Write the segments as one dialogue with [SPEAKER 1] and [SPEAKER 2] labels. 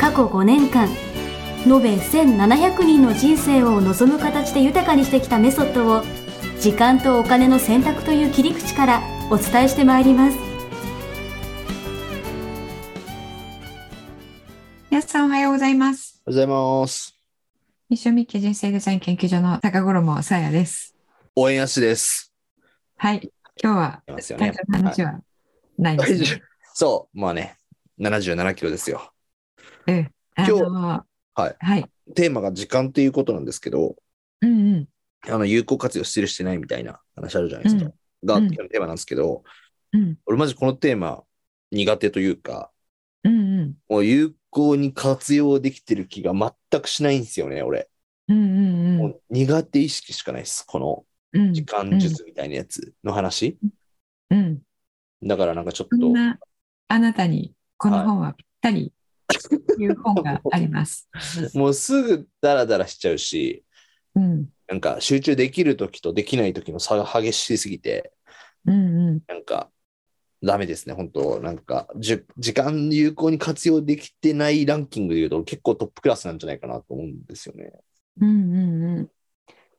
[SPEAKER 1] 過去5年間延べ1700人の人生を望む形で豊かにしてきたメソッドを時間とお金の選択という切り口からお伝えしてまいります
[SPEAKER 2] 皆さんおはようございます。
[SPEAKER 3] おはようございます。
[SPEAKER 2] ミッションミッキー人生デザイン研究所の高衣さやです。
[SPEAKER 3] 応援足です。
[SPEAKER 2] はい。今日は
[SPEAKER 3] ますよ
[SPEAKER 2] 体
[SPEAKER 3] ね
[SPEAKER 2] 重の話はないで
[SPEAKER 3] 体
[SPEAKER 2] す、
[SPEAKER 3] 重そう、まあね、77キロですよ。
[SPEAKER 2] うん。あ
[SPEAKER 3] 今日
[SPEAKER 2] の
[SPEAKER 3] はい。
[SPEAKER 2] はい。
[SPEAKER 3] テーマが時間っていうことなんですけど、
[SPEAKER 2] うんうん。
[SPEAKER 3] あの有効活用してるしてないみたいな話あるじゃないですか。が、
[SPEAKER 2] うん
[SPEAKER 3] 今のテーマなんですけど、
[SPEAKER 2] うん
[SPEAKER 3] 俺マジこのテーマ苦手というか、
[SPEAKER 2] うんうん。
[SPEAKER 3] もう有効に活用できてる気が全くしないんですよね、俺。
[SPEAKER 2] うんうんう
[SPEAKER 3] も
[SPEAKER 2] ん。
[SPEAKER 3] う苦手意識しかないです。この
[SPEAKER 2] うん
[SPEAKER 3] 時間術みたいなやつの話。
[SPEAKER 2] うん。
[SPEAKER 3] だからなんかちょっ
[SPEAKER 2] そん
[SPEAKER 3] と、
[SPEAKER 2] なあなたにこの本はぴったりという本があります。
[SPEAKER 3] もうすぐダラダラし ちゃうし、
[SPEAKER 2] うん。
[SPEAKER 3] なんか集中できる時とできない時の差が激しすぎて、
[SPEAKER 2] うんうん。
[SPEAKER 3] なんかダメですね、本当なんかじゅ、時間有効に活用できてないランキングで言うと結構トップクラスなんじゃないかなと思うんですよね。
[SPEAKER 2] うんうんうん。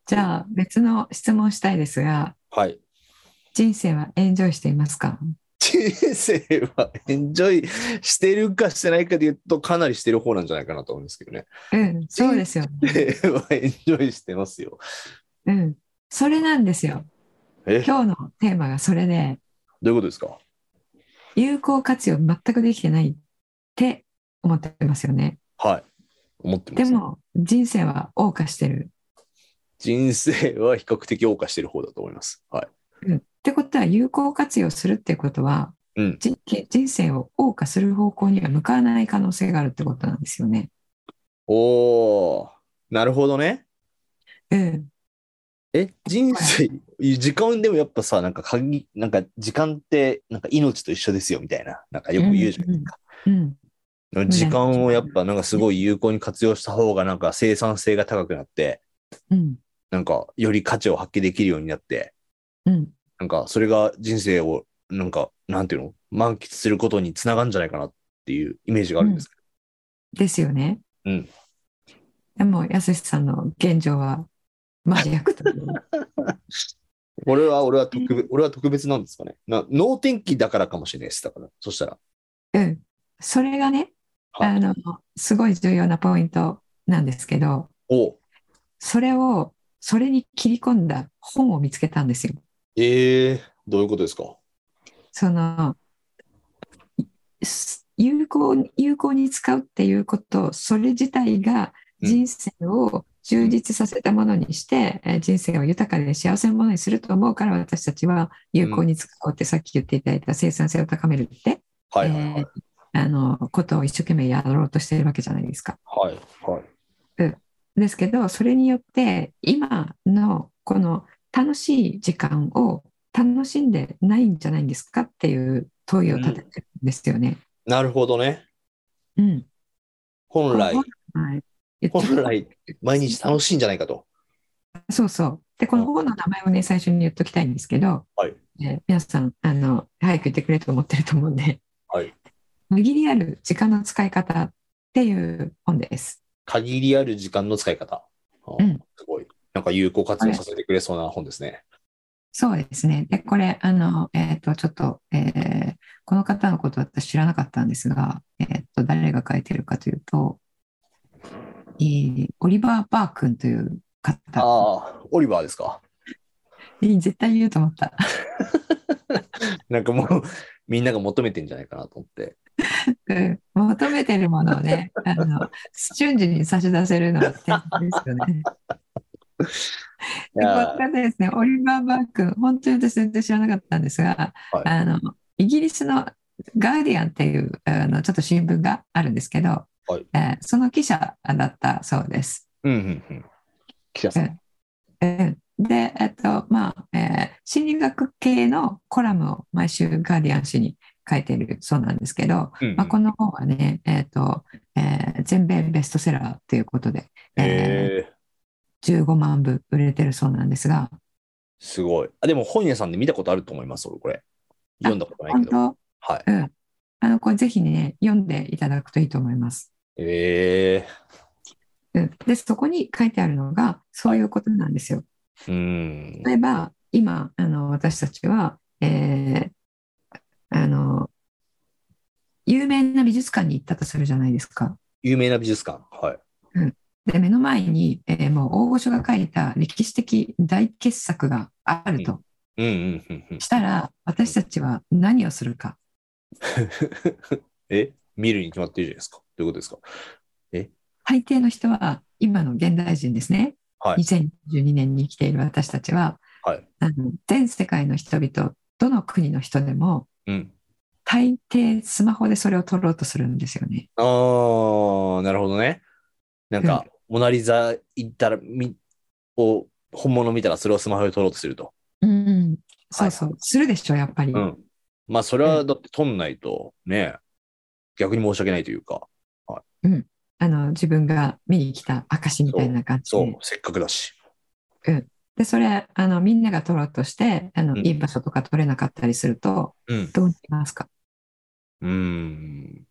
[SPEAKER 2] じゃあ別の質問したいですが、
[SPEAKER 3] はい。
[SPEAKER 2] 人生はエンジョイしていますか
[SPEAKER 3] 人生は エンジョイしてるかしてないかで言うとかなりしてる方なんじゃないかなと思うんですけどね。
[SPEAKER 2] うん、そうですよね。
[SPEAKER 3] 人生は エンジョイしてますよ。
[SPEAKER 2] うん。それなんですよ。
[SPEAKER 3] え、ど
[SPEAKER 2] 今日のテーマがそれで、
[SPEAKER 3] ういうことですか
[SPEAKER 2] 有効活用全くできてないって思ってますよね。
[SPEAKER 3] はい。思って
[SPEAKER 2] で
[SPEAKER 3] ます。
[SPEAKER 2] も、人生は謳歌してる。
[SPEAKER 3] 人生は比較的謳歌してる方だと思います。はい。
[SPEAKER 2] うん。ってことは、有効活用するってことは、
[SPEAKER 3] うん
[SPEAKER 2] 人人生を謳歌する方向には向かわない可能性があるってことなんですよね。
[SPEAKER 3] おー、なるほどね。
[SPEAKER 2] うん。
[SPEAKER 3] え、人生、時間でもやっぱさ、なんか鍵、なんか時間って、なんか命と一緒ですよみたいな、なんかよく言うじゃないですか。
[SPEAKER 2] うん。ん
[SPEAKER 3] 時間をやっぱなんかすごい有効に活用した方がなんか生産性が高くなって、
[SPEAKER 2] うん。
[SPEAKER 3] なんかより価値を発揮できるようになって、
[SPEAKER 2] うん。
[SPEAKER 3] なんかそれが人生をなんか、なんていうの、満喫することにつながるんじゃないかなっていうイメージがあるんですけ
[SPEAKER 2] ですよね。
[SPEAKER 3] うん。
[SPEAKER 2] でも、やすしさんの現状は真逆という。
[SPEAKER 3] ど、俺は、俺は特別、俺は特別なんですかね。な能天気だからかもしれないです。だから、そしたら。
[SPEAKER 2] うん、それがね、
[SPEAKER 3] はい
[SPEAKER 2] あのすごい重要なポイントなんですけど
[SPEAKER 3] おう
[SPEAKER 2] それをそれに切り込んだ本を見つけたんですよ。
[SPEAKER 3] ええー、どういうことですか
[SPEAKER 2] そのいす有効有効に使うっていうことそれ自体が
[SPEAKER 3] うん
[SPEAKER 2] 人生を充実させたものにして、えー人生を豊かで幸せなものにすると思うから私たちは有効に使おうってさっき言っていただいた生産性を高めるって、
[SPEAKER 3] はいはいはい。
[SPEAKER 2] えーあのことを一生懸命やろうとしてるわけじゃないですか。
[SPEAKER 3] はいはい。
[SPEAKER 2] ですけどそれによって今のこの楽しい時間を楽しんでないんじゃないんですかっていう問いを立ててるんですよね。
[SPEAKER 3] なるほどね。
[SPEAKER 2] うん
[SPEAKER 3] 本来、
[SPEAKER 2] はい言って
[SPEAKER 3] 本来、毎日楽しいんじゃないかと。
[SPEAKER 2] そうそう。でこの本の名前をね最初に言っときたいんですけど、
[SPEAKER 3] はい
[SPEAKER 2] えー皆さんあの早く言ってくれと思ってると思うんで
[SPEAKER 3] はい。
[SPEAKER 2] 「 無限にある時間の使い方」っていう本です。
[SPEAKER 3] 限りある時間の使い方。あ
[SPEAKER 2] うん
[SPEAKER 3] すごい。なんか有効活用させてくれそうな本ですね。
[SPEAKER 2] そうですね。でこれあの、えー、とちょっと、えーこの方のことは私知らなかったんですが、えー、と誰が書いてるかというと、えーオリバー・パー君という方
[SPEAKER 3] ああ、オリバーですか。
[SPEAKER 2] えー絶対言うと思った。
[SPEAKER 3] なんかもう、みんなが求めてんじゃないかなと思って。
[SPEAKER 2] うん求めてるものをねあ の瞬時に差し出せるのが天才ですよね。でこの
[SPEAKER 3] いやー
[SPEAKER 2] 方ですねオリバー・バー君本当に私全然知らなかったんですが、
[SPEAKER 3] はい
[SPEAKER 2] あのイギリスの「ガーディアン」っていうあのちょっと新聞があるんですけど
[SPEAKER 3] はい
[SPEAKER 2] えーその記者だったそうです。
[SPEAKER 3] うんうんうん。記者さん。
[SPEAKER 2] うんで、えっとまあえー心理学系のコラムを毎週ガーディアン紙に書いてるそうなんですけど、
[SPEAKER 3] うんうん
[SPEAKER 2] まあ、この本はね、えっとえー全米ベストセラーということで、え
[SPEAKER 3] へえ、
[SPEAKER 2] ー15万部売れてるそうなんですが、
[SPEAKER 3] すごい。あ、でも本屋さんで見たことあると思います、俺、これ。読んだことない
[SPEAKER 2] 本
[SPEAKER 3] けど。
[SPEAKER 2] 当、
[SPEAKER 3] はい。
[SPEAKER 2] うん、あのこれぜひね、読んでいただくといいと思います。
[SPEAKER 3] え
[SPEAKER 2] うんで、そこに書いてあるのが、そういうことなんですよ。
[SPEAKER 3] え、うん。
[SPEAKER 2] 例えば今あの私たちは、えーあの有名な美術館に行ったとするじゃないですか。
[SPEAKER 3] 有名な美術館。はい。
[SPEAKER 2] で目の前に、えーもう大御所が書いた歴史的大傑作があると
[SPEAKER 3] うんうんうんうん。
[SPEAKER 2] したら私たちは何をするか
[SPEAKER 3] え見るに決まってるじゃないですか。どういうことですか。
[SPEAKER 2] 大抵の人は今の現代人ですね、
[SPEAKER 3] はい
[SPEAKER 2] 2022年に生きている私たちは
[SPEAKER 3] はい。
[SPEAKER 2] あの全世界の人々どの国の人でも
[SPEAKER 3] うん。
[SPEAKER 2] 大抵スマホでそれを撮ろうとするんですよね。
[SPEAKER 3] あー、なるほどね。なんか、モナリザ行ったら、み、を、本物見たらそれをスマホで撮ろうとすると。
[SPEAKER 2] うん、そ
[SPEAKER 3] は
[SPEAKER 2] う
[SPEAKER 3] い
[SPEAKER 2] そう、するでしょ、やっぱり。
[SPEAKER 3] うん。まあ、それはだって撮んないと、ね、逆に申し訳ないというか、
[SPEAKER 2] あの自分が見に来た証みたいな感じ
[SPEAKER 3] そう、
[SPEAKER 2] で。
[SPEAKER 3] せっかくだし。
[SPEAKER 2] で、それ、あのみんなが撮ろうとしてあの、
[SPEAKER 3] うん
[SPEAKER 2] いい場所とか撮れなかったりすると、
[SPEAKER 3] うん。
[SPEAKER 2] どうしますか
[SPEAKER 3] うーん。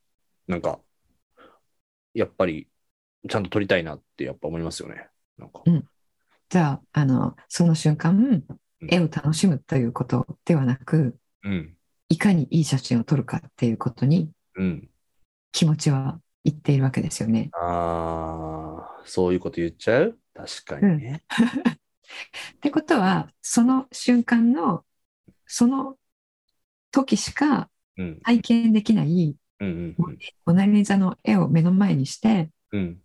[SPEAKER 3] なんか、やっぱり、ちゃんと撮りたいなってやっぱ思いますよね。なんか。
[SPEAKER 2] じゃああの、その瞬間、
[SPEAKER 3] ん
[SPEAKER 2] 絵を楽しむということではなく、
[SPEAKER 3] うん。
[SPEAKER 2] いかにいい写真を撮るかっていうことに
[SPEAKER 3] うん。
[SPEAKER 2] 気持ちはいっているわけですよね。
[SPEAKER 3] ああ、そういうこと言っちゃう確かにね。
[SPEAKER 2] ってことは、その瞬間の、その時しか
[SPEAKER 3] うん。
[SPEAKER 2] 体験できない
[SPEAKER 3] うん。
[SPEAKER 2] モナ・リザの絵を目の前にして、
[SPEAKER 3] うん。うん。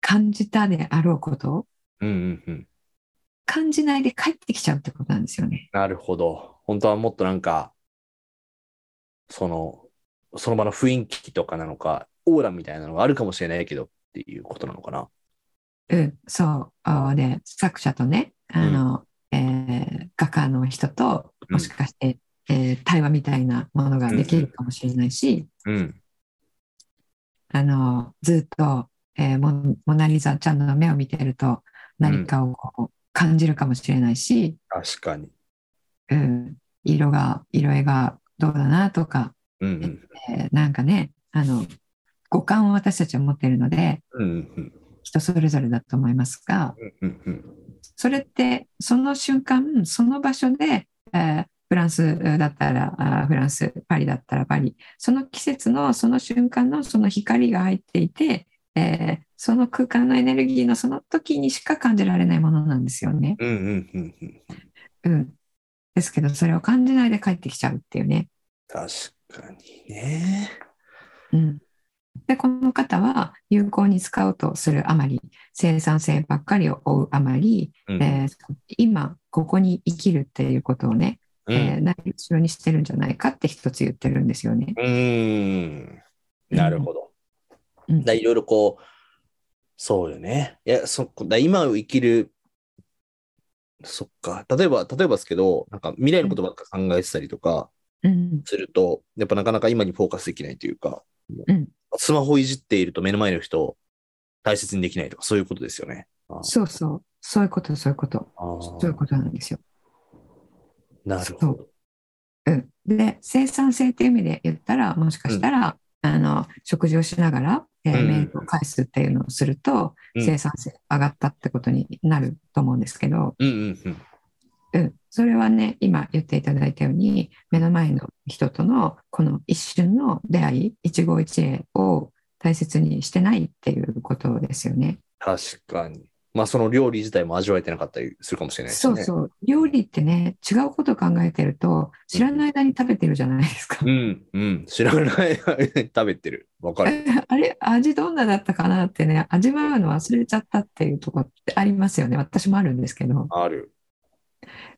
[SPEAKER 2] 感じたであろうことを
[SPEAKER 3] うん。うん。うん。
[SPEAKER 2] 感じないで帰ってきちゃうってことなんですよね。
[SPEAKER 3] なるほど。本当はもっとなんか、その、その場の雰囲気とかなのか、オーラみたいなのがあるかもしれないけどっていうことなのかな。
[SPEAKER 2] うん、そう。あで、作者とね、あの、えー画家の人と、
[SPEAKER 3] うん
[SPEAKER 2] もしかして、えー対話みたいなものができるかもしれないし、
[SPEAKER 3] うん。
[SPEAKER 2] あの、ずっと、えーモモナリザちゃんの目を見てると、何かをこう感じるかもしれないし、
[SPEAKER 3] 確かに。
[SPEAKER 2] うん、色が、色絵がどうだなとか、
[SPEAKER 3] うん。
[SPEAKER 2] えーなんかね、あの、五感を私たちは持っているので、
[SPEAKER 3] うん。うん。
[SPEAKER 2] 人それぞれだと思いますが、
[SPEAKER 3] うん。うん。うん。
[SPEAKER 2] それってその瞬間その場所で、えーフランスだったらあーフランスパリだったらパリその季節のその瞬間のその光が入っていて、えーその空間のエネルギーのその時にしか感じられないものなんですよね。
[SPEAKER 3] うん。うん。うん。うん。
[SPEAKER 2] うん、ですけどそれを感じないで帰ってきちゃうっていうね。
[SPEAKER 3] 確かにね。
[SPEAKER 2] うんでこの方は有効に使おうとするあまり生産性ばっかりを追うあまり、
[SPEAKER 3] うん
[SPEAKER 2] えー今ここに生きるっていうことをね、えーないがしろにしてるんじゃないかって一つ言ってるんですよね。
[SPEAKER 3] うん、うんなるほど。
[SPEAKER 2] うん
[SPEAKER 3] だいろいろこう、そうよね。いや、そっか、だ今を生きる、そっか、例えば、例えばですけど、なんか未来のことばっか考えてたりとか
[SPEAKER 2] うん
[SPEAKER 3] すると、やっぱなかなか今にフォーカスできないというか、
[SPEAKER 2] うん
[SPEAKER 3] スマホいじっていると目の前の人を大切にできないとか、そういうことですよね。あ
[SPEAKER 2] そうそう、そういうこと、そういうこと、
[SPEAKER 3] あ
[SPEAKER 2] そういうことなんですよ。
[SPEAKER 3] なるほど。
[SPEAKER 2] うん、で、生産性っていう意味で言ったら、もしかしたら、あの食事をしながら、えー
[SPEAKER 3] うん
[SPEAKER 2] メールを返すっていうのをすると、
[SPEAKER 3] うん
[SPEAKER 2] 生産性上がったってことになると思うんですけど、
[SPEAKER 3] うんうんうん。
[SPEAKER 2] うん、それはね、今言っていただいたように、目の前の人とのこの一瞬の出会い、一期一会を大切にしてないっていうことですよね。
[SPEAKER 3] 確かに。まあ、その料理自体も味わえてなかったりするかもしれないです
[SPEAKER 2] そ
[SPEAKER 3] ね。
[SPEAKER 2] うそう。料理ってね、違うことを考えてると、知らない間に食べてるじゃないですか
[SPEAKER 3] う。ん、うん。知らない間に食べてる。わかる。
[SPEAKER 2] あれ、味どんなだったかなってね、味わうの忘れちゃったっていうところってありますよね。私もあるんですけど。
[SPEAKER 3] ある。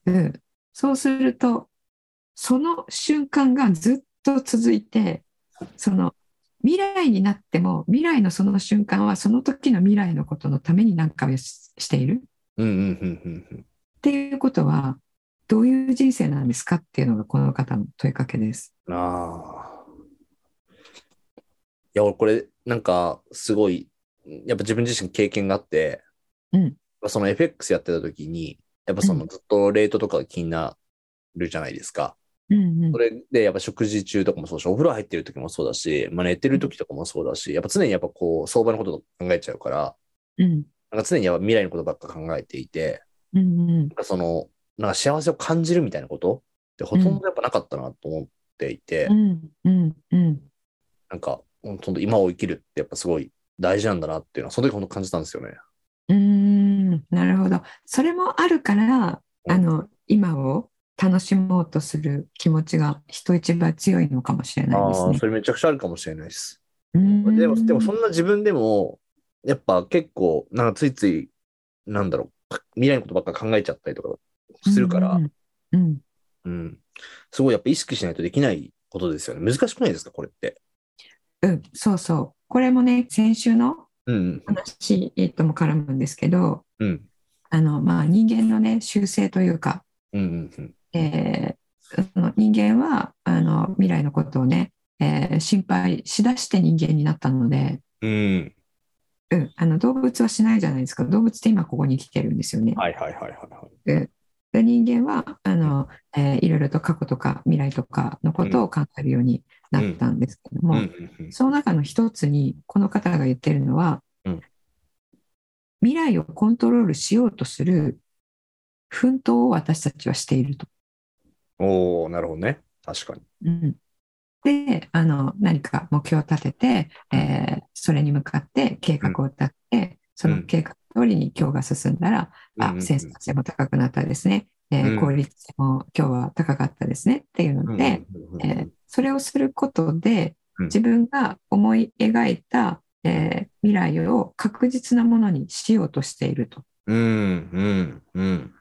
[SPEAKER 2] うん、そうするとその瞬間がずっと続いてその未来になっても未来のその瞬間はその時の未来のことのために何かをししているっ
[SPEAKER 3] うんうんうんうんうん。
[SPEAKER 2] ていうことはどういう人生なんですかっていうのがこの方の問いかけです。
[SPEAKER 3] ああ。いや、俺これ、なんか、すごい、やっぱ自分自身経験があって、
[SPEAKER 2] うん
[SPEAKER 3] やっぱその FX やってた時に、やっぱそうの
[SPEAKER 2] ん
[SPEAKER 3] ずっとレートとかが気になるじゃないですか。
[SPEAKER 2] うんうん
[SPEAKER 3] それで、やっぱ食事中とかもそうだし、お風呂入ってる時もそうだし、まあ、寝てる時とかもそうだし、やっぱ常にやっぱこう、相場のこと考えちゃうから、
[SPEAKER 2] うん
[SPEAKER 3] なんか常にやっぱ未来のことばっか考えていて、
[SPEAKER 2] うんうん
[SPEAKER 3] なんかその、なんか幸せを感じるみたいなことってほとんどやっぱなかったなと思っていて、
[SPEAKER 2] うんうんうん
[SPEAKER 3] なんか、本当今を生きるってやっぱすごい大事なんだなっていうのは、その時本当感じたんですよね。
[SPEAKER 2] うーんなるほど。それもあるから、
[SPEAKER 3] うん
[SPEAKER 2] あの今を楽しもうとする気持ちが人一倍強いのかもしれないです
[SPEAKER 3] ああ、
[SPEAKER 2] ね
[SPEAKER 3] そ。れめちゃくちゃあるかもしれないです。
[SPEAKER 2] うーん
[SPEAKER 3] でも、でもそんな自分でも、やっぱ結構、なんかついつい、なんだろう、未来のことばっか考えちゃったりとかするから、う
[SPEAKER 2] うんんうん
[SPEAKER 3] すごいやっぱ意識しないとできないことですよね。難しくないですか、これって。
[SPEAKER 2] うんうんそうそう。これもね、先週の
[SPEAKER 3] うん、
[SPEAKER 2] 話、えっとも絡むんですけど、
[SPEAKER 3] うん、うん、
[SPEAKER 2] あのまあ、人間のね、習性というか、
[SPEAKER 3] うん、うん、
[SPEAKER 2] えーその人間はあの未来のことをね、えー心配しだして人間になったので、
[SPEAKER 3] うん。
[SPEAKER 2] うん、あの動物はしないじゃないですか動物って今ここに来てるんですよね。
[SPEAKER 3] はいはいはいはい。
[SPEAKER 2] で人間はあの、えーいろいろと過去とか未来とかのことを考えるようになったんですけども、
[SPEAKER 3] うん、うん、
[SPEAKER 2] その中の一つにこの方が言ってるのは、
[SPEAKER 3] うん
[SPEAKER 2] 未来をコントロールしようとする奮闘を私たちはしていると。
[SPEAKER 3] うん。おおなるほどね。確かに。
[SPEAKER 2] うんであの何か目標を立てて、えーそれに向かって計画を立てて、その計画通りに今日が進んだら、
[SPEAKER 3] うん
[SPEAKER 2] あ、
[SPEAKER 3] うん
[SPEAKER 2] 生産性も高くなったですね。え
[SPEAKER 3] うん
[SPEAKER 2] ー、効率性も今日は高かったですねっていう
[SPEAKER 3] う
[SPEAKER 2] の
[SPEAKER 3] ん
[SPEAKER 2] で、、
[SPEAKER 3] うん
[SPEAKER 2] えーそれをすることで、
[SPEAKER 3] うん
[SPEAKER 2] 自分が思い描いた、えー未来を確実なものにしようとしていると。
[SPEAKER 3] うん、うん、うん。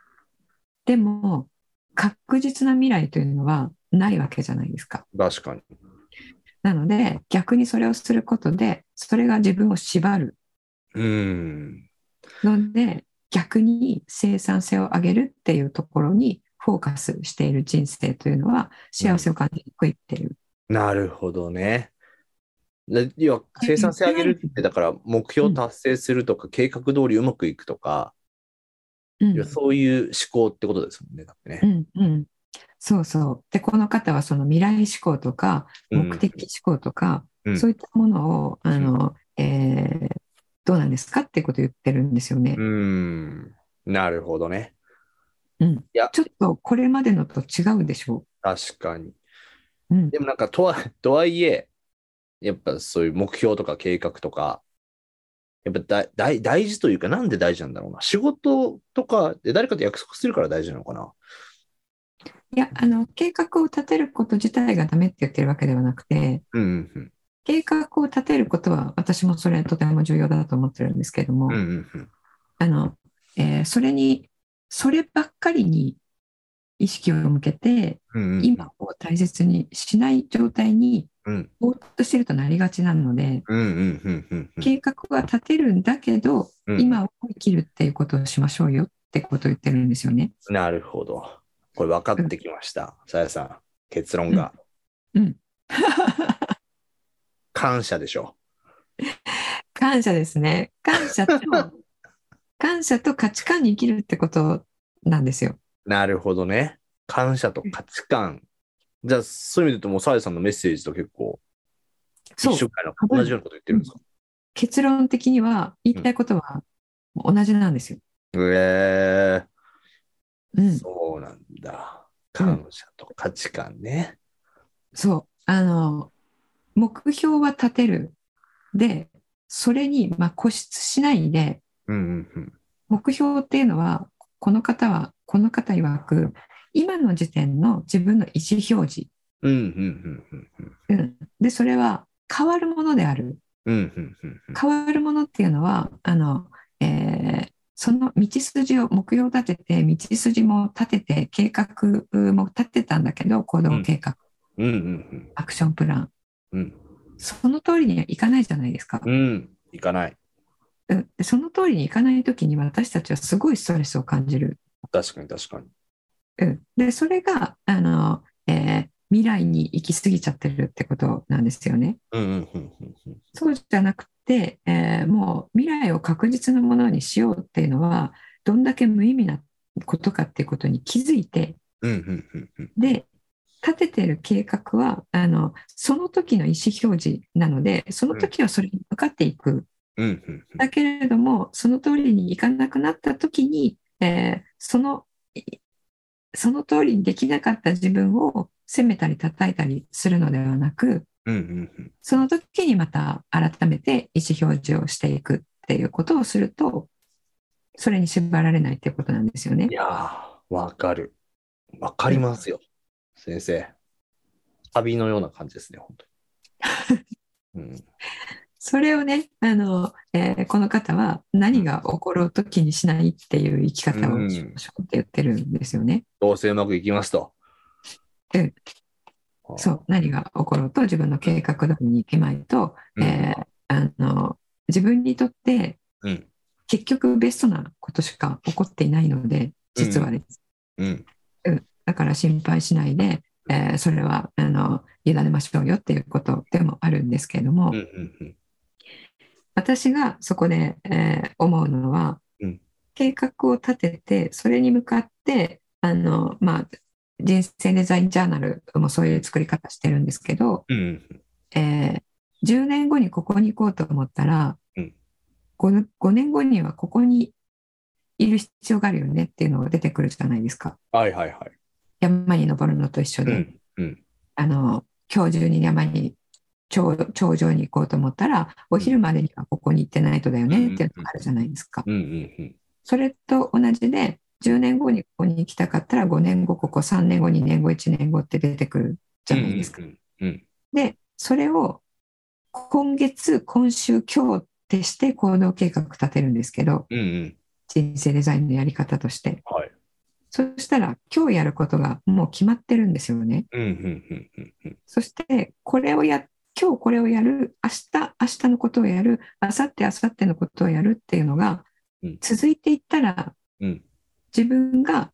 [SPEAKER 2] でも、確実な未来というのはないわけじゃないですか。
[SPEAKER 3] 確かに。
[SPEAKER 2] なので、逆にそれをすることで、それが自分を縛る
[SPEAKER 3] うん。
[SPEAKER 2] ので、逆に生産性を上げるっていうところにフォーカスしている人生というのは幸せを感じにくいっていう。
[SPEAKER 3] なるほどね。で要は生産性上げるって、だから目標達成するとか、計画通りうまくいくとか、
[SPEAKER 2] うん
[SPEAKER 3] 要はそういう思考ってことですもんね。だってね
[SPEAKER 2] うんうん、そうそう。で、この方はその未来思考とか、
[SPEAKER 3] うん
[SPEAKER 2] 目的思考とか、
[SPEAKER 3] うん
[SPEAKER 2] そういったものを、あの、えーどうなんですかってことを言ってるんですよね。
[SPEAKER 3] うん。なるほどね。
[SPEAKER 2] うん。
[SPEAKER 3] や
[SPEAKER 2] ちょっとこれまでのと違うでしょ
[SPEAKER 3] 確かに。
[SPEAKER 2] う。うん。
[SPEAKER 3] でもなんかとは、 とはいえ、やっぱそういう目標とか計画とか、やっぱだ大大事というか、なんで大事なんだろうな。仕事とかで誰かと約束するから大事なのかな。
[SPEAKER 2] いや、あの、計画を立てること自体がダメって言ってるわけではなくて、
[SPEAKER 3] うんうん
[SPEAKER 2] 計画を立てることは私もそれはとても重要だと思ってるんですけれども、
[SPEAKER 3] うん。うんうんうん。
[SPEAKER 2] あの、えーそれに、そればっかりに意識を向けて、
[SPEAKER 3] うんうんうん
[SPEAKER 2] 今を大切にしない状態に
[SPEAKER 3] うん
[SPEAKER 2] ぼーっとしてるとなりがちなので、
[SPEAKER 3] うんうんうんうんうん。
[SPEAKER 2] 計画は立てるんだけど、
[SPEAKER 3] うん
[SPEAKER 2] 今を生きるっていうことをしましょうよってことを言ってるんですよね。
[SPEAKER 3] なるほど。これ分かってきました。さやさん、結論が。
[SPEAKER 2] うんうん。
[SPEAKER 3] 感謝でしょ。
[SPEAKER 2] 感謝ですね。感謝 と感謝と価値観に生きるってことなんですよ。
[SPEAKER 3] なるほどね。感謝と価値観。じゃあ、そういう意味で言うと、もうさやさんのメッセージと結構、一
[SPEAKER 2] そう
[SPEAKER 3] 緒くらいの同じようなこと言ってるんですか、
[SPEAKER 2] 結論的には言いたいことは同じなんですよ。
[SPEAKER 3] え
[SPEAKER 2] う
[SPEAKER 3] え
[SPEAKER 2] ん、
[SPEAKER 3] そうなんだ。感謝と価値観ね。
[SPEAKER 2] そう。あの目標は立てるでそれにまあ固執しないで
[SPEAKER 3] うんうんうん。
[SPEAKER 2] 目標っていうのはこの方はこの方曰く今の時点の自分の意思表示、
[SPEAKER 3] うんうんうんうん
[SPEAKER 2] うん、でそれは変わるものである
[SPEAKER 3] うん。うんうんうんうん。
[SPEAKER 2] 変わるものっていうのはあの、えーその道筋を目標を立てて道筋も立てて計画も立てたんだけど行動計画、
[SPEAKER 3] うんうん
[SPEAKER 2] アクションプラン
[SPEAKER 3] うん。
[SPEAKER 2] その通りにはいかないじゃないですか。
[SPEAKER 3] うん、いかない。
[SPEAKER 2] うんでその通りにいかない時に私たちはすごいストレスを感じる。
[SPEAKER 3] 確かに確かに。
[SPEAKER 2] うんでそれがあの、えー未来に行き過ぎちゃってるってことなんですよね。
[SPEAKER 3] うんうんうんうんうん。
[SPEAKER 2] そうじゃなくて、えーもう未来を確実なものにしようっていうのはどんだけ無意味なことかっていうことに気づいて
[SPEAKER 3] うんうんうんうん。
[SPEAKER 2] で立ててる計画はあのその時の意思表示なのでその時はそれに向かっていく。
[SPEAKER 3] うんうんうん
[SPEAKER 2] だけれども、その通りにいかなくなった時に、えーその、いその通りにできなかった自分を責めたり叩いたりするのではなく、
[SPEAKER 3] うんうんうん。
[SPEAKER 2] その時にまた改めて意思表示をしていくっていうことをすると、それに縛られないっていうことなんですよね
[SPEAKER 3] い。やー、わかる。わかりますよ。先生。旅のような感じですね、本当に。うん、
[SPEAKER 2] それをね、あの、えーこの方は何が起ころうと気にしないっていう生き方
[SPEAKER 3] うん
[SPEAKER 2] をしましょうって言ってるんですよね。
[SPEAKER 3] どうせうまくいきますと。
[SPEAKER 2] うん
[SPEAKER 3] あー
[SPEAKER 2] そう、何が起ころうと自分の計画通りに行けまいと、
[SPEAKER 3] うん
[SPEAKER 2] えーあの自分にとって
[SPEAKER 3] うん。
[SPEAKER 2] 結局ベストなことしか起こっていないので、実はです。
[SPEAKER 3] うん。
[SPEAKER 2] だから心配しないで、えーそれはあの委ねましょうよっていうことでもあるんですけれども、
[SPEAKER 3] うん。うん。うん。
[SPEAKER 2] 私がそこで、えー思うのは、
[SPEAKER 3] うん
[SPEAKER 2] 計画を立ててそれに向かってあの、まあ、人生デザインジャーナルもそういう作り方してるんですけど、
[SPEAKER 3] うんうん。
[SPEAKER 2] えー10年後にここに行こうと思ったら、
[SPEAKER 3] うん
[SPEAKER 2] 五 5, 年後にはここにいる必要があるよねっていうのが出てくるじゃないですか
[SPEAKER 3] はいはいはい。
[SPEAKER 2] 山に登るのと一緒
[SPEAKER 3] う
[SPEAKER 2] で、
[SPEAKER 3] ん。うん。
[SPEAKER 2] あの今日中に山に頂頂上に行こうと思ったらお昼までにはここに行ってないとだよねっていうのがあるじゃないですか、
[SPEAKER 3] うん。うん。
[SPEAKER 2] それと同じで10年後にここに行きたかったら5年後ここ3年後2年後1年後って出てくるじゃないですか、
[SPEAKER 3] うん。うん。
[SPEAKER 2] で、それを今月、今週、今日ってして行動計画立てるんですけど、
[SPEAKER 3] うん。うん。
[SPEAKER 2] 人生デザインのやり方として。
[SPEAKER 3] はい。
[SPEAKER 2] そしたら、今日やることがもう決まってるんですよね。
[SPEAKER 3] うん。うん。うん。うん。
[SPEAKER 2] そして、これをや、今日これをやる、明日、明日のことをやる、明後日、明後日のことをやるっていうのが
[SPEAKER 3] うん、
[SPEAKER 2] 続いていったら、
[SPEAKER 3] うん
[SPEAKER 2] 自分が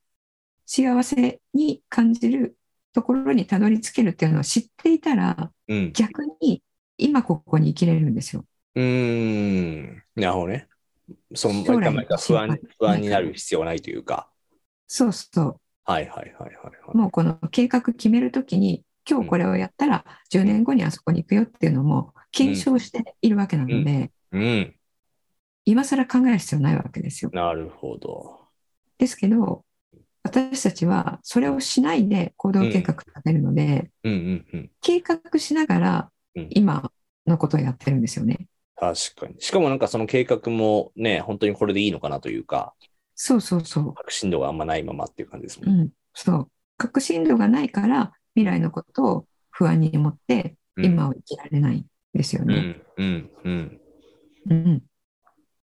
[SPEAKER 2] 幸せに感じるところにたどり着けるっていうのを知っていたら、
[SPEAKER 3] うん。
[SPEAKER 2] 逆に今ここに生きれるんですよ。
[SPEAKER 3] うーん。なるほどね。その
[SPEAKER 2] 将
[SPEAKER 3] 毎
[SPEAKER 2] 来の
[SPEAKER 3] 回毎回不
[SPEAKER 2] 心
[SPEAKER 3] 安
[SPEAKER 2] 配
[SPEAKER 3] 不安になる必要はないというか。
[SPEAKER 2] そうそ
[SPEAKER 3] はいはいはいは
[SPEAKER 2] う。
[SPEAKER 3] い、はい。
[SPEAKER 2] もうこの計画決めるときに、今日これをやったら10年後にあそこに行くよっていうのも検証しているわけなので、
[SPEAKER 3] うん。
[SPEAKER 2] 今更考える必要ないわけですよ。
[SPEAKER 3] なるほど。
[SPEAKER 2] ですけど、私たちはそれをしないで行動計画立てるので、
[SPEAKER 3] うんうんうん。
[SPEAKER 2] 計画しながら
[SPEAKER 3] うん
[SPEAKER 2] 今のことをやってるんですよね。
[SPEAKER 3] 確かに。しかもなんかその計画もね、本当にこれでいいのかなというか、
[SPEAKER 2] そうそうそう。
[SPEAKER 3] 確信度があんまないままっていう感じですも。
[SPEAKER 2] うんん、そう。確信度がないから未来のことを不安に思って
[SPEAKER 3] うん、
[SPEAKER 2] 今を生きられないんですよ
[SPEAKER 3] う
[SPEAKER 2] ね。
[SPEAKER 3] んうんうん。
[SPEAKER 2] うん、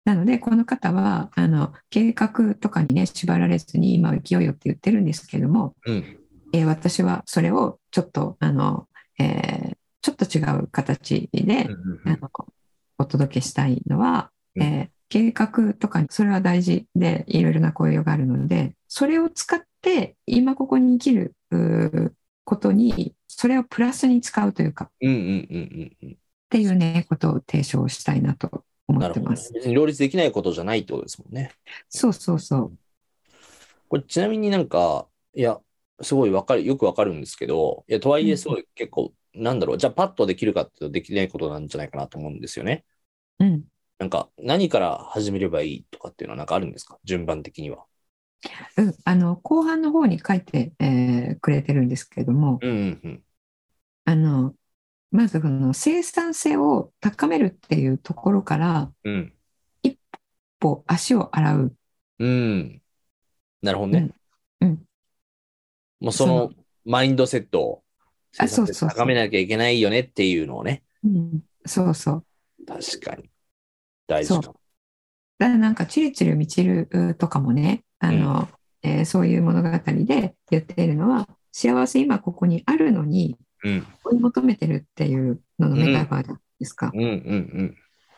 [SPEAKER 2] なのでこの方はあの計画とかにね縛られずに今を生きようよって言ってるんですけれども、
[SPEAKER 3] うん
[SPEAKER 2] えー私はそれをちょっとあの、えーちょっと違う形で
[SPEAKER 3] うん、う
[SPEAKER 2] あ
[SPEAKER 3] ん
[SPEAKER 2] のお届けしたいのは、
[SPEAKER 3] うん
[SPEAKER 2] えー計画とかにそれは大事でいろいろな効用があるのでそれを使って今ここに生きるうーことにそれをプラスに使うというかっ
[SPEAKER 3] うんうんうんうん
[SPEAKER 2] ていうねことを提唱したいなと
[SPEAKER 3] うん。
[SPEAKER 2] 思
[SPEAKER 3] な
[SPEAKER 2] っ
[SPEAKER 3] る
[SPEAKER 2] て
[SPEAKER 3] ほど
[SPEAKER 2] ま
[SPEAKER 3] ね
[SPEAKER 2] す。。
[SPEAKER 3] 別に両立できないことじゃないってことですもんね。
[SPEAKER 2] そうそうそう。
[SPEAKER 3] これちなみになんか、いや、すごいわかる、よくわかるんですけど、いや、とはいえすごい結構、なんだろう、じゃあパッとできるかっていうとできないことなんじゃないかなと思うんですよね。
[SPEAKER 2] うん。
[SPEAKER 3] なんか、何から始めればいいとかっていうのはなんかあるんですか順番的には。
[SPEAKER 2] うん、あの後半の方に書いて、えーくれてるんですけれども、
[SPEAKER 3] うんうんうん。
[SPEAKER 2] あのまずこの生産性を高めるっていうところから
[SPEAKER 3] うん。
[SPEAKER 2] こう足を洗う、
[SPEAKER 3] うん。なるほどね。
[SPEAKER 2] うんうん
[SPEAKER 3] もうその
[SPEAKER 2] そ
[SPEAKER 3] マインドセットを
[SPEAKER 2] あそうそうそう
[SPEAKER 3] 高めなきゃいけないよねっていうのをね。
[SPEAKER 2] うん、そうそう
[SPEAKER 3] 確かに。大事かも。
[SPEAKER 2] だからなんか「チルチルみちる」とかもねあの、えーそういう物語で言っているのは幸せ今ここにあるのに
[SPEAKER 3] うん。
[SPEAKER 2] 追い求めてるっていうののメタファーじゃないですか。
[SPEAKER 3] うんうん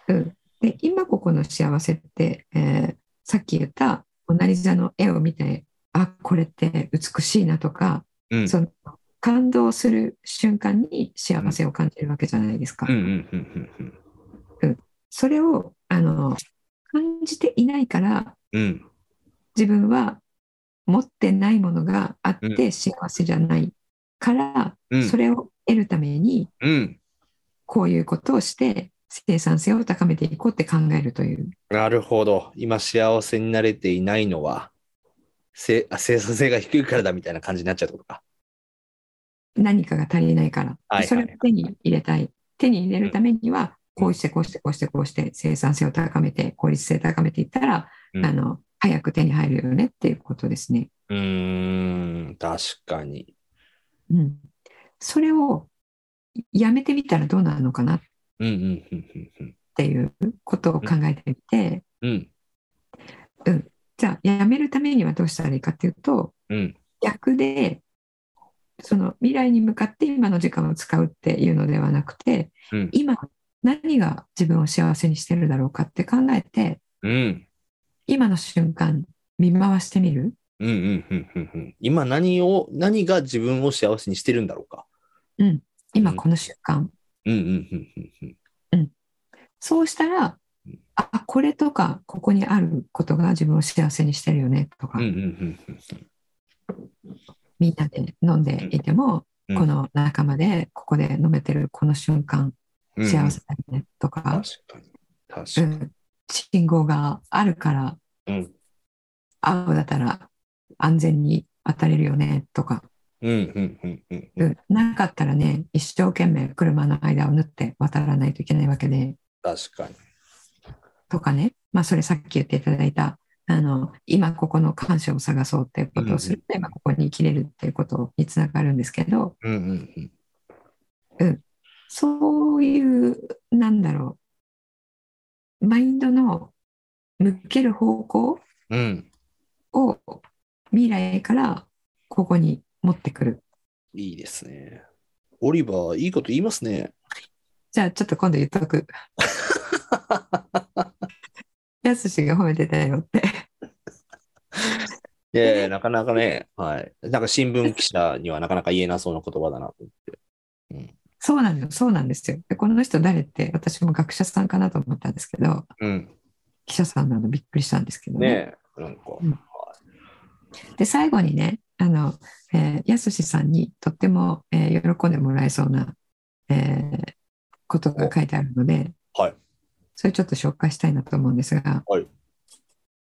[SPEAKER 3] う
[SPEAKER 2] う
[SPEAKER 3] ん。
[SPEAKER 2] ん、で今ここの幸せって、えーさっき言ったモナ・リザの絵を見てあこれって美しいなとか、
[SPEAKER 3] うん。
[SPEAKER 2] その感動する瞬間に幸せを感じるわけじゃないですか。
[SPEAKER 3] うんうんうんうん
[SPEAKER 2] それをあの感じていないから
[SPEAKER 3] うん。うん。
[SPEAKER 2] 自分は持ってないものがあっ
[SPEAKER 3] う
[SPEAKER 2] て幸せじゃないから、
[SPEAKER 3] うん
[SPEAKER 2] それを得るために
[SPEAKER 3] うん。
[SPEAKER 2] こういうことをして生産性を高めていこうって考えるという。
[SPEAKER 3] なるほど。今、幸せになれていないのは、せあ生産性が低いからだみたいな感じになっちゃうってことか。
[SPEAKER 2] 何かが足りないから、
[SPEAKER 3] はいはい
[SPEAKER 2] それを手に入れたい手に入れるためには、こうしてこうしてこうしてこうして生産性を高めて効率性を高めていったら、
[SPEAKER 3] うん
[SPEAKER 2] あの早く手に入るよねっていうことですね。
[SPEAKER 3] うーん、確かに。
[SPEAKER 2] うん、それをやめてみたらどうなるのかなっ
[SPEAKER 3] うんうんうんうん
[SPEAKER 2] ていうことを考えてみて、
[SPEAKER 3] うん。
[SPEAKER 2] じゃあやめるためにはどうしたらいいかっていうと
[SPEAKER 3] うんうん。
[SPEAKER 2] 逆でその未来に向かって今の時間を使うっていうのではなくて
[SPEAKER 3] うん
[SPEAKER 2] 今何が自分を幸せにしてるだろうかって考えて
[SPEAKER 3] うん。
[SPEAKER 2] 今の瞬間見回してみる、
[SPEAKER 3] うんうんうんうんうん。今何を、何が自分を幸せにしてるんだろうか。
[SPEAKER 2] うん、今
[SPEAKER 3] うん
[SPEAKER 2] この瞬間、
[SPEAKER 3] うんうんうんうんうん。
[SPEAKER 2] そうしたらあこれとかここにあることが自分を幸せにしてるよねとか、
[SPEAKER 3] うんうんうんうん
[SPEAKER 2] みんなで飲んでいても、
[SPEAKER 3] うん
[SPEAKER 2] この仲間でここで飲めてるこの瞬間、
[SPEAKER 3] うんうん
[SPEAKER 2] 幸せだよねとか
[SPEAKER 3] 確、かに。確
[SPEAKER 2] う
[SPEAKER 3] かに。
[SPEAKER 2] ん、信号があるから
[SPEAKER 3] うん
[SPEAKER 2] 青だったら安全に渡れるよねとか、
[SPEAKER 3] うんうんうんうんう。
[SPEAKER 2] うんん、なかったらね一生懸命車の間を縫って渡らないといけないわけで。
[SPEAKER 3] 確かに。
[SPEAKER 2] とかね、まあ、それさっき言っていただいたあの今ここの感謝を探そうっていうことをすると、今ここに生きれるっていうことにつながるんですけど
[SPEAKER 3] うんうんうん。
[SPEAKER 2] そういうなんだろうマインドの向ける方向
[SPEAKER 3] うん。
[SPEAKER 2] を未来からここに持ってくる
[SPEAKER 3] いいですね。オリバー、いいこと言いますね。
[SPEAKER 2] じゃあちょっと今度言っとくやすしが褒めてたよって
[SPEAKER 3] いやいや、なかなかね、はい。なんか新聞記者にはなかなか言えなそうな言葉だなと思って。
[SPEAKER 2] そうなんですそうなんですよでこの人誰って私も学者さんかなと思ったんですけど
[SPEAKER 3] うん。
[SPEAKER 2] 記者さんなのびっくりしたんですけどね。
[SPEAKER 3] ねえ、なんか。
[SPEAKER 2] うんで最後にねあの、えーやすしさんにとっても、えー喜んでもらえそうな、えーことが書いてあるので、
[SPEAKER 3] はい
[SPEAKER 2] それちょっと紹介したいなと思うんですが、
[SPEAKER 3] はい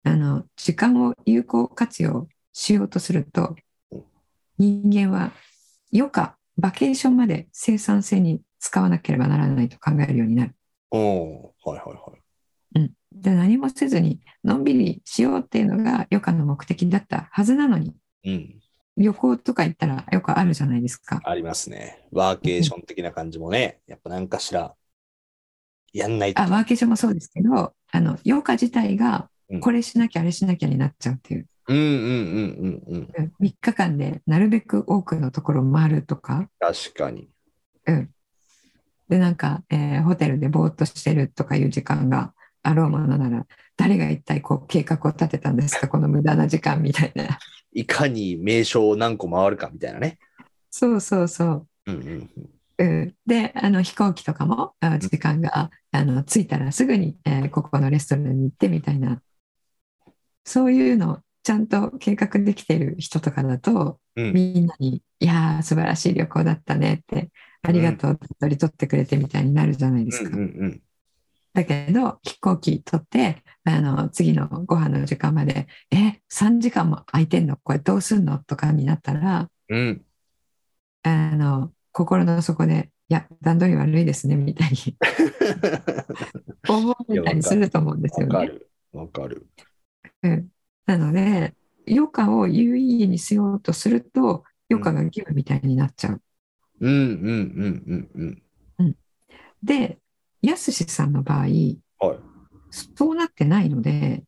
[SPEAKER 2] あの時間を有効活用しようとすると
[SPEAKER 3] うん
[SPEAKER 2] 人間は余暇バケーションまで生産性に使わなければならないと考えるようになる。
[SPEAKER 3] うん。はいは
[SPEAKER 2] で何もせずにのんびりしようっていうのが余暇の目的だったはずなのに
[SPEAKER 3] いはい。うん。
[SPEAKER 2] 旅行とか行ったらよくあるじゃないですか。
[SPEAKER 3] ありますね。ワーケーション的な感じもね、やっぱなんかしら、やんないと
[SPEAKER 2] あ。ワーケーションもそうですけどあの8日自体が
[SPEAKER 3] うん
[SPEAKER 2] これしなきゃあれしなきゃになっちゃうっていう、
[SPEAKER 3] うんうんうんうんうん。
[SPEAKER 2] うん3日間でなるべく多くのところを回るとか
[SPEAKER 3] 確かに。
[SPEAKER 2] でなんか、えーホテルでぼーっとしてるとかいう時間があろうものなら誰が一体こう計画を立てたんですかこの無駄な時間みたいな
[SPEAKER 3] いかに名称を何個回るかみたいなね。
[SPEAKER 2] そうそうそう。
[SPEAKER 3] うんうんう
[SPEAKER 2] う
[SPEAKER 3] ん。
[SPEAKER 2] ん、であの飛行機とかもあ時間があの着いたらすぐに、えーここのレストランに行ってみたいなそういうのをちゃんと計画できてる人とかだと
[SPEAKER 3] うん、
[SPEAKER 2] みんなに「いやー素晴らしい旅行だったね」って「ありがとう」取り取ってくれてみたいになるじゃないです
[SPEAKER 3] うん
[SPEAKER 2] か
[SPEAKER 3] う。ん
[SPEAKER 2] だけど飛行機取ってあの次のご飯の時間まで「え3時間も空いてんのこれどうすんの?」とかになったら
[SPEAKER 3] うん。うん。
[SPEAKER 2] あの心の底で「いや段取り悪いですね」みたいに思 えたりすると思うんですよ
[SPEAKER 3] わ
[SPEAKER 2] ね。
[SPEAKER 3] かる。わかる。
[SPEAKER 2] なので余暇を有意義にしようとすると
[SPEAKER 3] うん
[SPEAKER 2] 余暇が義務みたいになっちゃう。
[SPEAKER 3] うんうんうんうんうん。
[SPEAKER 2] でやすしさんの場合
[SPEAKER 3] はい。
[SPEAKER 2] そうなってないの で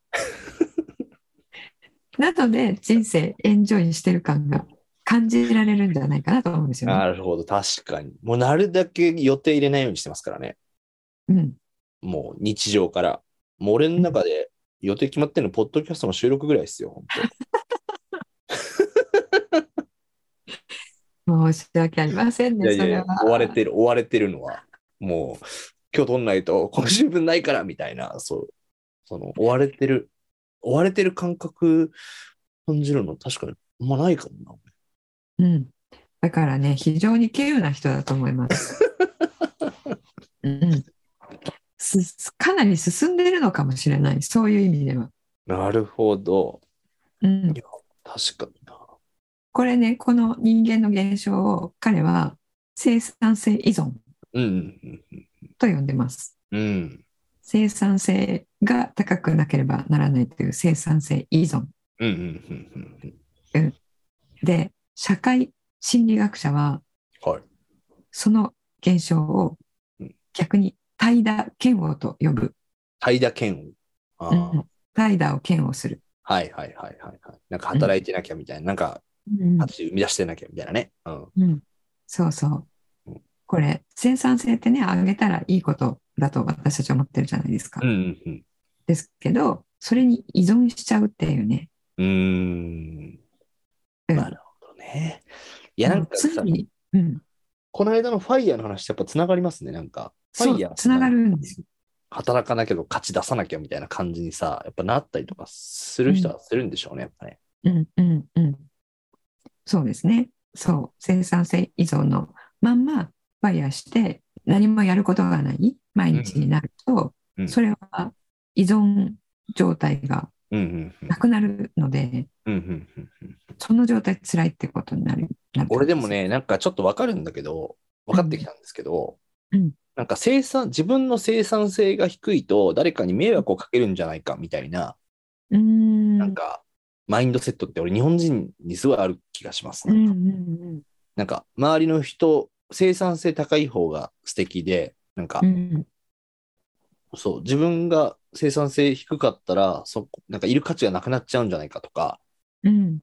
[SPEAKER 2] なので人生エンジョイしてる感が感じられるんじゃないかなと思うんですよね。
[SPEAKER 3] なるほど、確かに。もうなるだけ予定入れないようにしてますからね。
[SPEAKER 2] うん、
[SPEAKER 3] もう日常から。もう俺の中で予定決まってるの、ポッドキャストの収録ぐらいですよ、本
[SPEAKER 2] 申し訳ありません
[SPEAKER 3] 当。
[SPEAKER 2] ね、
[SPEAKER 3] いやい
[SPEAKER 2] そ
[SPEAKER 3] やい
[SPEAKER 2] れ
[SPEAKER 3] や
[SPEAKER 2] は、。
[SPEAKER 3] 追われてる、追われてるのは、もう、今日取んないと、今週分ないから、みたいな、そう、その、追われてる、追われてる感覚感じるの、確かに、あんまないかも
[SPEAKER 2] うん、だからね、非常に稀有な人だと思います。うん、すかなり進んでるのかもしれない、そういう意味では。
[SPEAKER 3] な。なるほど。
[SPEAKER 2] うん
[SPEAKER 3] い、や確かにな。
[SPEAKER 2] これね、この人間の現象を彼は生産性依存
[SPEAKER 3] うんうん
[SPEAKER 2] と呼んでます。
[SPEAKER 3] うん。うん。
[SPEAKER 2] 生産性が高くなければならないという生産性依存
[SPEAKER 3] うんうんうんうん。
[SPEAKER 2] で、社会心理学者は
[SPEAKER 3] はい。
[SPEAKER 2] その現象を逆に怠惰嫌悪と呼ぶ。
[SPEAKER 3] 怠惰嫌悪。ああ、
[SPEAKER 2] うん怠惰を嫌悪する。
[SPEAKER 3] はいはいはいはいはい。なんか働いてなきゃみたいな、なんか形生み出してなきゃみたいなね。うん。。
[SPEAKER 2] うん、そうそううんこれ、生産性ってね、上げたらいいことだと私たち思ってるじゃないですか。
[SPEAKER 3] うんうん
[SPEAKER 2] ですけど、それに依存しちゃうっていうね。
[SPEAKER 3] うん。うー。
[SPEAKER 2] うんん
[SPEAKER 3] なるほどね。いやなんかさ
[SPEAKER 2] 常、に、うん、
[SPEAKER 3] この間のファイヤーの話とやっぱつながりますね、なんか。フ
[SPEAKER 2] そ
[SPEAKER 3] ァイヤー
[SPEAKER 2] う、つながるんですよ。
[SPEAKER 3] 働かなきゃと勝ち出さなきゃみたいな感じにさ、やっぱなったりとかする人はするんでしょうね、やっぱね。
[SPEAKER 2] うん、うん、うん。そうですね。そう、生産性依存のまんま、ファイヤーして、何もやることがない毎日になると、
[SPEAKER 3] うんうん
[SPEAKER 2] それは依存状態が
[SPEAKER 3] うんうんうん
[SPEAKER 2] なくなるので、
[SPEAKER 3] うんうんうんうん。
[SPEAKER 2] その状態辛いってことになる。なる
[SPEAKER 3] 俺でもね、なんかちょっとわかるんだけど、分かってきたんですけど、
[SPEAKER 2] うん
[SPEAKER 3] なんか生産、自分の生産性が低いと誰かに迷惑をかけるんじゃないかみたいな、
[SPEAKER 2] うーん。
[SPEAKER 3] なんか、マインドセットって俺日本人にすごいある気がします、
[SPEAKER 2] うんうん
[SPEAKER 3] なんか、周りの人、生産性高い方が素敵で、なんか
[SPEAKER 2] うんう、ん
[SPEAKER 3] そう、自分が生産性低かったら、そこ、なんかいる価値がなくなっちゃうんじゃないかとか、
[SPEAKER 2] うん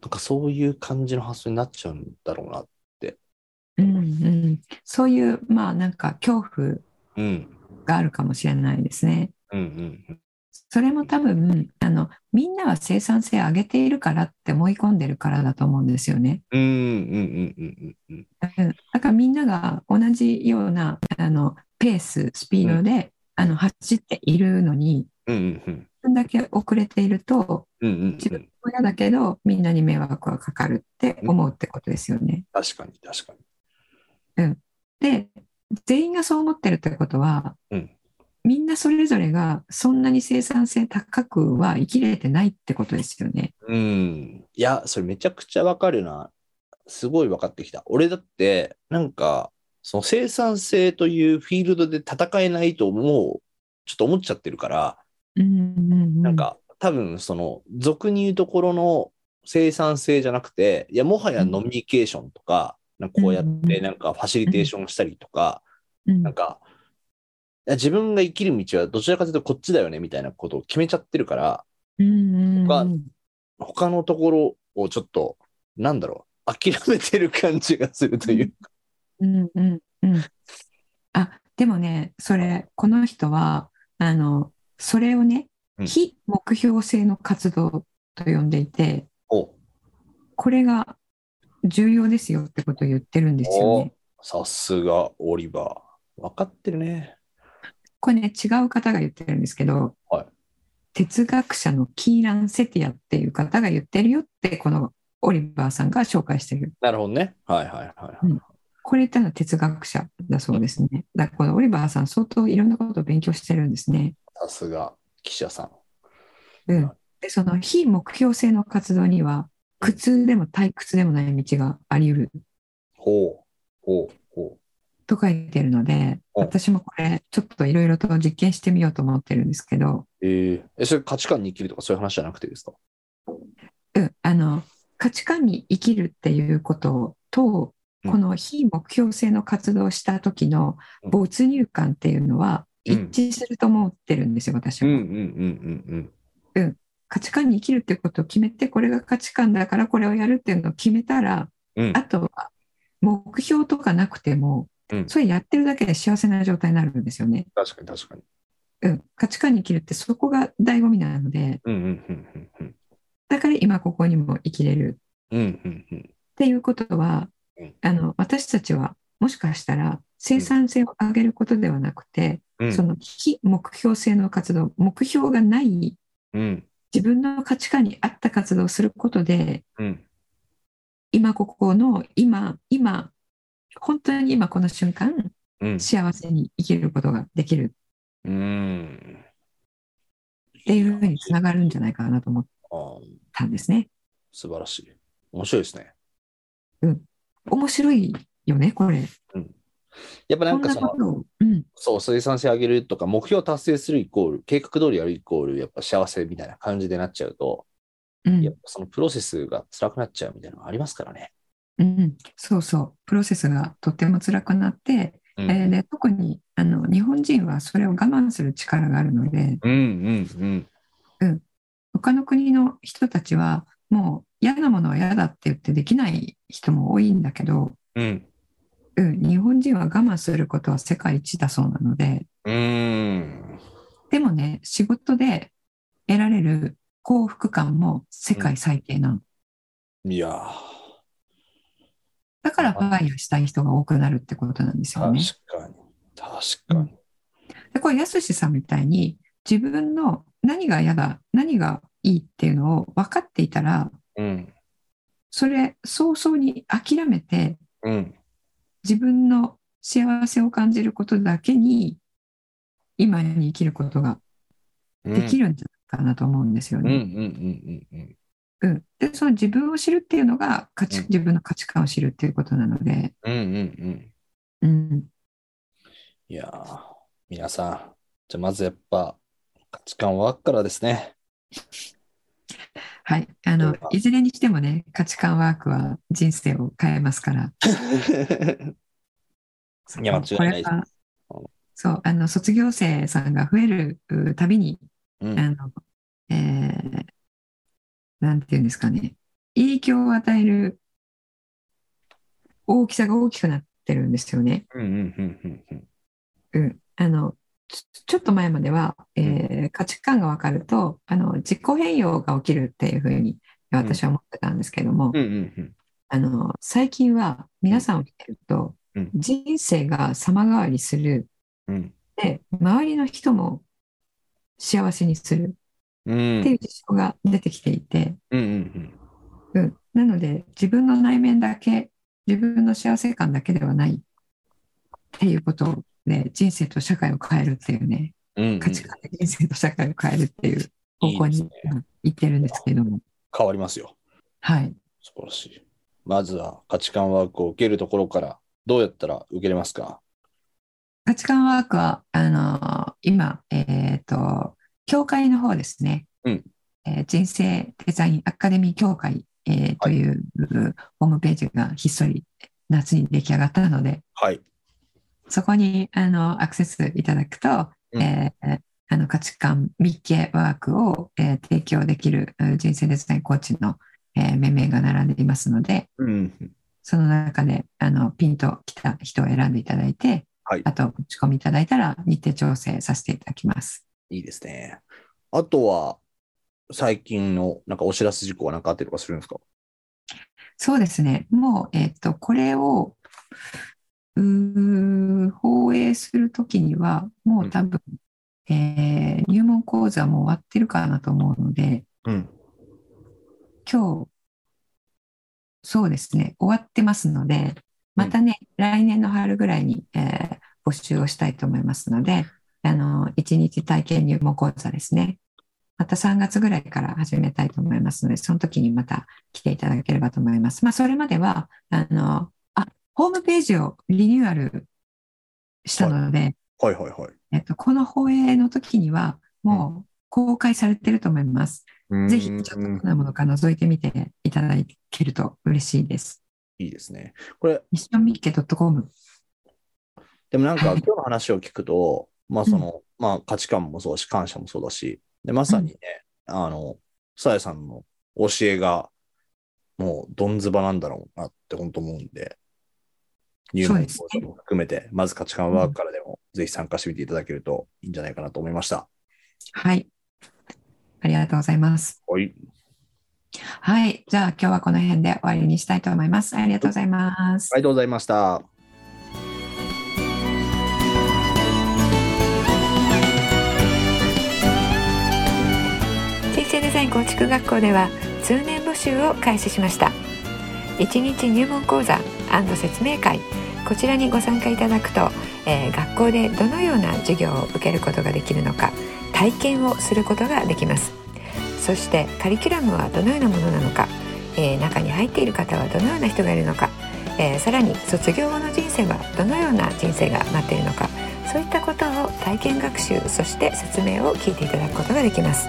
[SPEAKER 3] なんかそういう感じの発想になっちゃうんだろうな。
[SPEAKER 2] うんうんそういうまあなんか恐怖
[SPEAKER 3] うん。
[SPEAKER 2] があるかもしれないですね。
[SPEAKER 3] うんうん
[SPEAKER 2] それも多分あのみんなは生産性上げているからって思い込んでるからだと思うんですよね。
[SPEAKER 3] うん。うんうんうんうんうんうん。
[SPEAKER 2] うんだからみんなが同じようなあのペーススピードで、あの走っているのに
[SPEAKER 3] うんうんうん。
[SPEAKER 2] こんだけ遅れていると
[SPEAKER 3] うんうん
[SPEAKER 2] 自
[SPEAKER 3] う
[SPEAKER 2] 分
[SPEAKER 3] ん、
[SPEAKER 2] 親だけどみんなに迷惑がかかるって思うってことですよね。
[SPEAKER 3] 確かに確かに。
[SPEAKER 2] で全員がそう思ってるってことは、
[SPEAKER 3] うん
[SPEAKER 2] みんなそれぞれがそんなに生産性高くは生きれてないってことですよね。
[SPEAKER 3] うん。いや、それめちゃくちゃわかるな。すごい分かってきた。俺だって、なんか、その生産性というフィールドで戦えないともう、ちょっと思っちゃってるから、
[SPEAKER 2] な
[SPEAKER 3] なん、か、多分、その、俗に言うところの生産性じゃなくて、いや、もはやノミニケーションとか、なんかこうやっ
[SPEAKER 2] うん
[SPEAKER 3] て、なんかファシリテーションしたりとか、
[SPEAKER 2] うん
[SPEAKER 3] なんか、いや自分が生きる道はどちらかというとこっちだよね、みたいなことを決めちゃってるから、
[SPEAKER 2] うん
[SPEAKER 3] が他のところをちょっと、なんだろう、諦めてる感じがするという。
[SPEAKER 2] うんうんうんあでもねそれこの人はあのそれをね
[SPEAKER 3] うん
[SPEAKER 2] 非目標性の活動と呼んでいて
[SPEAKER 3] お
[SPEAKER 2] これが重要ですよってことを言ってるんですよね。
[SPEAKER 3] さすが、オリバー。分かってるね。
[SPEAKER 2] これね違う方が言ってるんですけど、
[SPEAKER 3] はい
[SPEAKER 2] 哲学者のキーラン・セティアっていう方が言ってるよってこのオリバーさんが紹介してる
[SPEAKER 3] なるほどね。はいはいは
[SPEAKER 2] うんこれってのは哲学者だそうですねだからこのオリバーさん相当いろんなことを勉強してるんですね、
[SPEAKER 3] さすが、記者さん。
[SPEAKER 2] うん、でその非目標性の活動には苦痛でも退屈でもない道があり得る
[SPEAKER 3] ほう、ほう、ほ
[SPEAKER 2] と書いてるので
[SPEAKER 3] うん
[SPEAKER 2] 私もこれちょっといろいろと実験してみようと思ってるんですけど、
[SPEAKER 3] う。えーえ、それ価値観に生きるとかそういう話じゃなくてですか
[SPEAKER 2] うん、あの価値観に生きるっていうことと
[SPEAKER 3] うん
[SPEAKER 2] この非目標性の活動をした時の没入感っていうのは
[SPEAKER 3] うん
[SPEAKER 2] 一致すると思ってるんですよ、私
[SPEAKER 3] う
[SPEAKER 2] は。
[SPEAKER 3] んうんうんうんうん。
[SPEAKER 2] 価値観に生きるってことを決めて、これが価値観だからこれをやるっていうのを決めたら、
[SPEAKER 3] うん
[SPEAKER 2] あとは目標とかなくても
[SPEAKER 3] うん、
[SPEAKER 2] それやってるだけで幸せな状態になるんですよね。
[SPEAKER 3] 確かに確かに。
[SPEAKER 2] うん、価値観に生きるってそこが醍醐味なので、
[SPEAKER 3] うんうんうんうんうん。
[SPEAKER 2] だから今ここにも生きれる
[SPEAKER 3] うんうんうん。
[SPEAKER 2] っていうことは
[SPEAKER 3] うん、
[SPEAKER 2] あの私たちはもしかしたら生産性を上げることではなくて、
[SPEAKER 3] うん
[SPEAKER 2] その非目標性の活動、目標がない
[SPEAKER 3] うん
[SPEAKER 2] 自分の価値観に合った活動をすることで、
[SPEAKER 3] うん
[SPEAKER 2] 今ここの今、今、本当に今この瞬間、
[SPEAKER 3] うん
[SPEAKER 2] 幸せに生きることができる
[SPEAKER 3] うん。
[SPEAKER 2] っていうふうにつながるんじゃないかなと思っ
[SPEAKER 3] ああ、
[SPEAKER 2] たんですね。
[SPEAKER 3] 素晴らしい。面白いですね。
[SPEAKER 2] 面白いよね、これ。
[SPEAKER 3] やっぱな
[SPEAKER 2] こ
[SPEAKER 3] ん
[SPEAKER 2] ん
[SPEAKER 3] か
[SPEAKER 2] な
[SPEAKER 3] その
[SPEAKER 2] こ、とを。うん、
[SPEAKER 3] そう、生産性上げるとか、目標を達成するイコール、計画通りやるイコール、やっぱ幸せみたいな感じでなっちゃうと、
[SPEAKER 2] うん
[SPEAKER 3] やっぱそのプロセスが辛くなっちゃうみたいなのありますからね。
[SPEAKER 2] うん、そうそう、プロセスがとても辛くなって、
[SPEAKER 3] う
[SPEAKER 2] えー
[SPEAKER 3] ん
[SPEAKER 2] で特にあの日本人はそれを我慢する力があるので、
[SPEAKER 3] うんうん
[SPEAKER 2] 他の国の人たちはもう嫌なものは嫌だって言ってできない人も多いんだけど、
[SPEAKER 3] うん。うん。
[SPEAKER 2] うん、日本人は我慢することは世界一だそうなので、
[SPEAKER 3] うーん。
[SPEAKER 2] でもね、仕事で得られる幸福感も世界最低なの。
[SPEAKER 3] いやー
[SPEAKER 2] だからファイヤーしたい人が多くなるってことなんですよ
[SPEAKER 3] 確
[SPEAKER 2] ね。
[SPEAKER 3] かに。確かに。
[SPEAKER 2] でこれやすしさんみたいに自分の何が嫌だ何がいいっていうのを分かっていたら
[SPEAKER 3] うん。
[SPEAKER 2] それ早々に諦めて
[SPEAKER 3] うん。
[SPEAKER 2] 自分の幸せを感じることだけに今に生きることが
[SPEAKER 3] うん
[SPEAKER 2] できるんじゃないかなと思うんですよ
[SPEAKER 3] うんうんう
[SPEAKER 2] ね。
[SPEAKER 3] んうんうん。
[SPEAKER 2] うんでその自分を知るっていうのが価値
[SPEAKER 3] うん
[SPEAKER 2] 自分の価値観を知るっていうことなので、
[SPEAKER 3] うんうんうん。
[SPEAKER 2] うん、
[SPEAKER 3] いやー皆さん、じゃあまずやっぱ、価値観はからで すね。
[SPEAKER 2] はいあ
[SPEAKER 3] そう
[SPEAKER 2] の
[SPEAKER 3] か
[SPEAKER 2] いずれにしてもね価値観ワークは人生を変えますから。
[SPEAKER 3] いや間違いないです
[SPEAKER 2] これはそう、あの、卒業生さんが増えるうたびに、
[SPEAKER 3] うん
[SPEAKER 2] あの、えーなんていうんですかね、影響を与える大きさが大きくなってるんですよね。
[SPEAKER 3] うんうんうんうんうん。
[SPEAKER 2] うん。あの、ちょちょっと前までは、えー価値観が分かると、あの、自己変容が起きるっていうふうに私は思ってたんですけども、
[SPEAKER 3] うんうんうん。
[SPEAKER 2] あの、最近は皆さんを見てると、
[SPEAKER 3] うん
[SPEAKER 2] 人生が様変わりする
[SPEAKER 3] うん。
[SPEAKER 2] で周りの人も幸せにする
[SPEAKER 3] う
[SPEAKER 2] ってい
[SPEAKER 3] ん
[SPEAKER 2] う事象が出てきていて、
[SPEAKER 3] うんうん
[SPEAKER 2] うん、なので自分の内面だけ自分の幸せ感だけではないっていうことで人生と社会を変えるっていうね
[SPEAKER 3] うんうん。
[SPEAKER 2] 価値観で人生と社会を変えるっていう方向
[SPEAKER 3] いい
[SPEAKER 2] に
[SPEAKER 3] ですね
[SPEAKER 2] いってるんですけども、
[SPEAKER 3] 変わりますよ。
[SPEAKER 2] はい、
[SPEAKER 3] 素晴らしい。まずは価値観ワークを受けるところから、どうやったら受けれますか
[SPEAKER 2] 価値観ワークはあのー今えっ、と教会の方ですね、
[SPEAKER 3] うん
[SPEAKER 2] えー人生デザインアカデミー協会、えーというホームページがひっそり夏に出来上がったので
[SPEAKER 3] はい。
[SPEAKER 2] そこにあのアクセスいただくと、
[SPEAKER 3] うん
[SPEAKER 2] えーあの価値観密系ワークを、えー提供できるうん人生デザインコーチの、えー面々が並んでいますので
[SPEAKER 3] うん。
[SPEAKER 2] その中であのピンときた人を選んでいただいて、
[SPEAKER 3] はい
[SPEAKER 2] あと打ち込みいただいたら日程調整させていただきます。
[SPEAKER 3] いいですね。あとは、最近のなんかお知らせ事項は何かあったりとかするんですか
[SPEAKER 2] そうですね。もう、えっと、これを、うー放映するときには、もう多分、えー入門講座も終わってるかなと思うので、
[SPEAKER 3] うん。
[SPEAKER 2] 今日、そうですね、終わってますので、またね、来年の春ぐらいに、えー募集をしたいと思いますので、あの、1日体験入門講座ですね。また3月ぐらいから始めたいと思いますので、その時にまた来ていただければと思います。まあ、それまでは、あの、あ、ホームページをリニューアルしたので、
[SPEAKER 3] はいはいはい。
[SPEAKER 2] えっと、この放映の時には、もう公開されてると思います。ぜひちょっとどんなものか覗いてみていただけると嬉しいです。
[SPEAKER 3] いいですね。これ、
[SPEAKER 2] ミッションミッケ .com。
[SPEAKER 3] でもな んか
[SPEAKER 2] は
[SPEAKER 3] 今
[SPEAKER 2] い
[SPEAKER 3] 日の話を聞くと、まあその、まあ価値観もそうだし、感謝もそうだし、で、まさにね、あの、さやさんの教えが、もう、どんずばなんだろうなって、本当思うんで、入
[SPEAKER 4] そう
[SPEAKER 3] 門
[SPEAKER 4] です
[SPEAKER 3] 講
[SPEAKER 4] ね
[SPEAKER 3] 座も含めて、まず価値観ワークからでも、ぜひ参加してみていただけるといいんじゃないかなと思いました。
[SPEAKER 4] はい。ありがとうございます。
[SPEAKER 3] はい。
[SPEAKER 4] はい。じゃあ今日はこの辺で終わりにしたいと思います。ありがとうございます。
[SPEAKER 3] ありがとうございました。
[SPEAKER 2] 人生デザイン構築学校では通年募集を開始しました1日入門講座説明会こちらにご参加いただくと、えー学校でどのような授業を受けることができるのか体験をすることができますそしてカリキュラムはどのようなものなのか、えー中に入っている方はどのような人がいるのか、えーさらに卒業後の人生はどのような人生が待っているのかそういったことを体験学習そして説明を聞いていただくことができます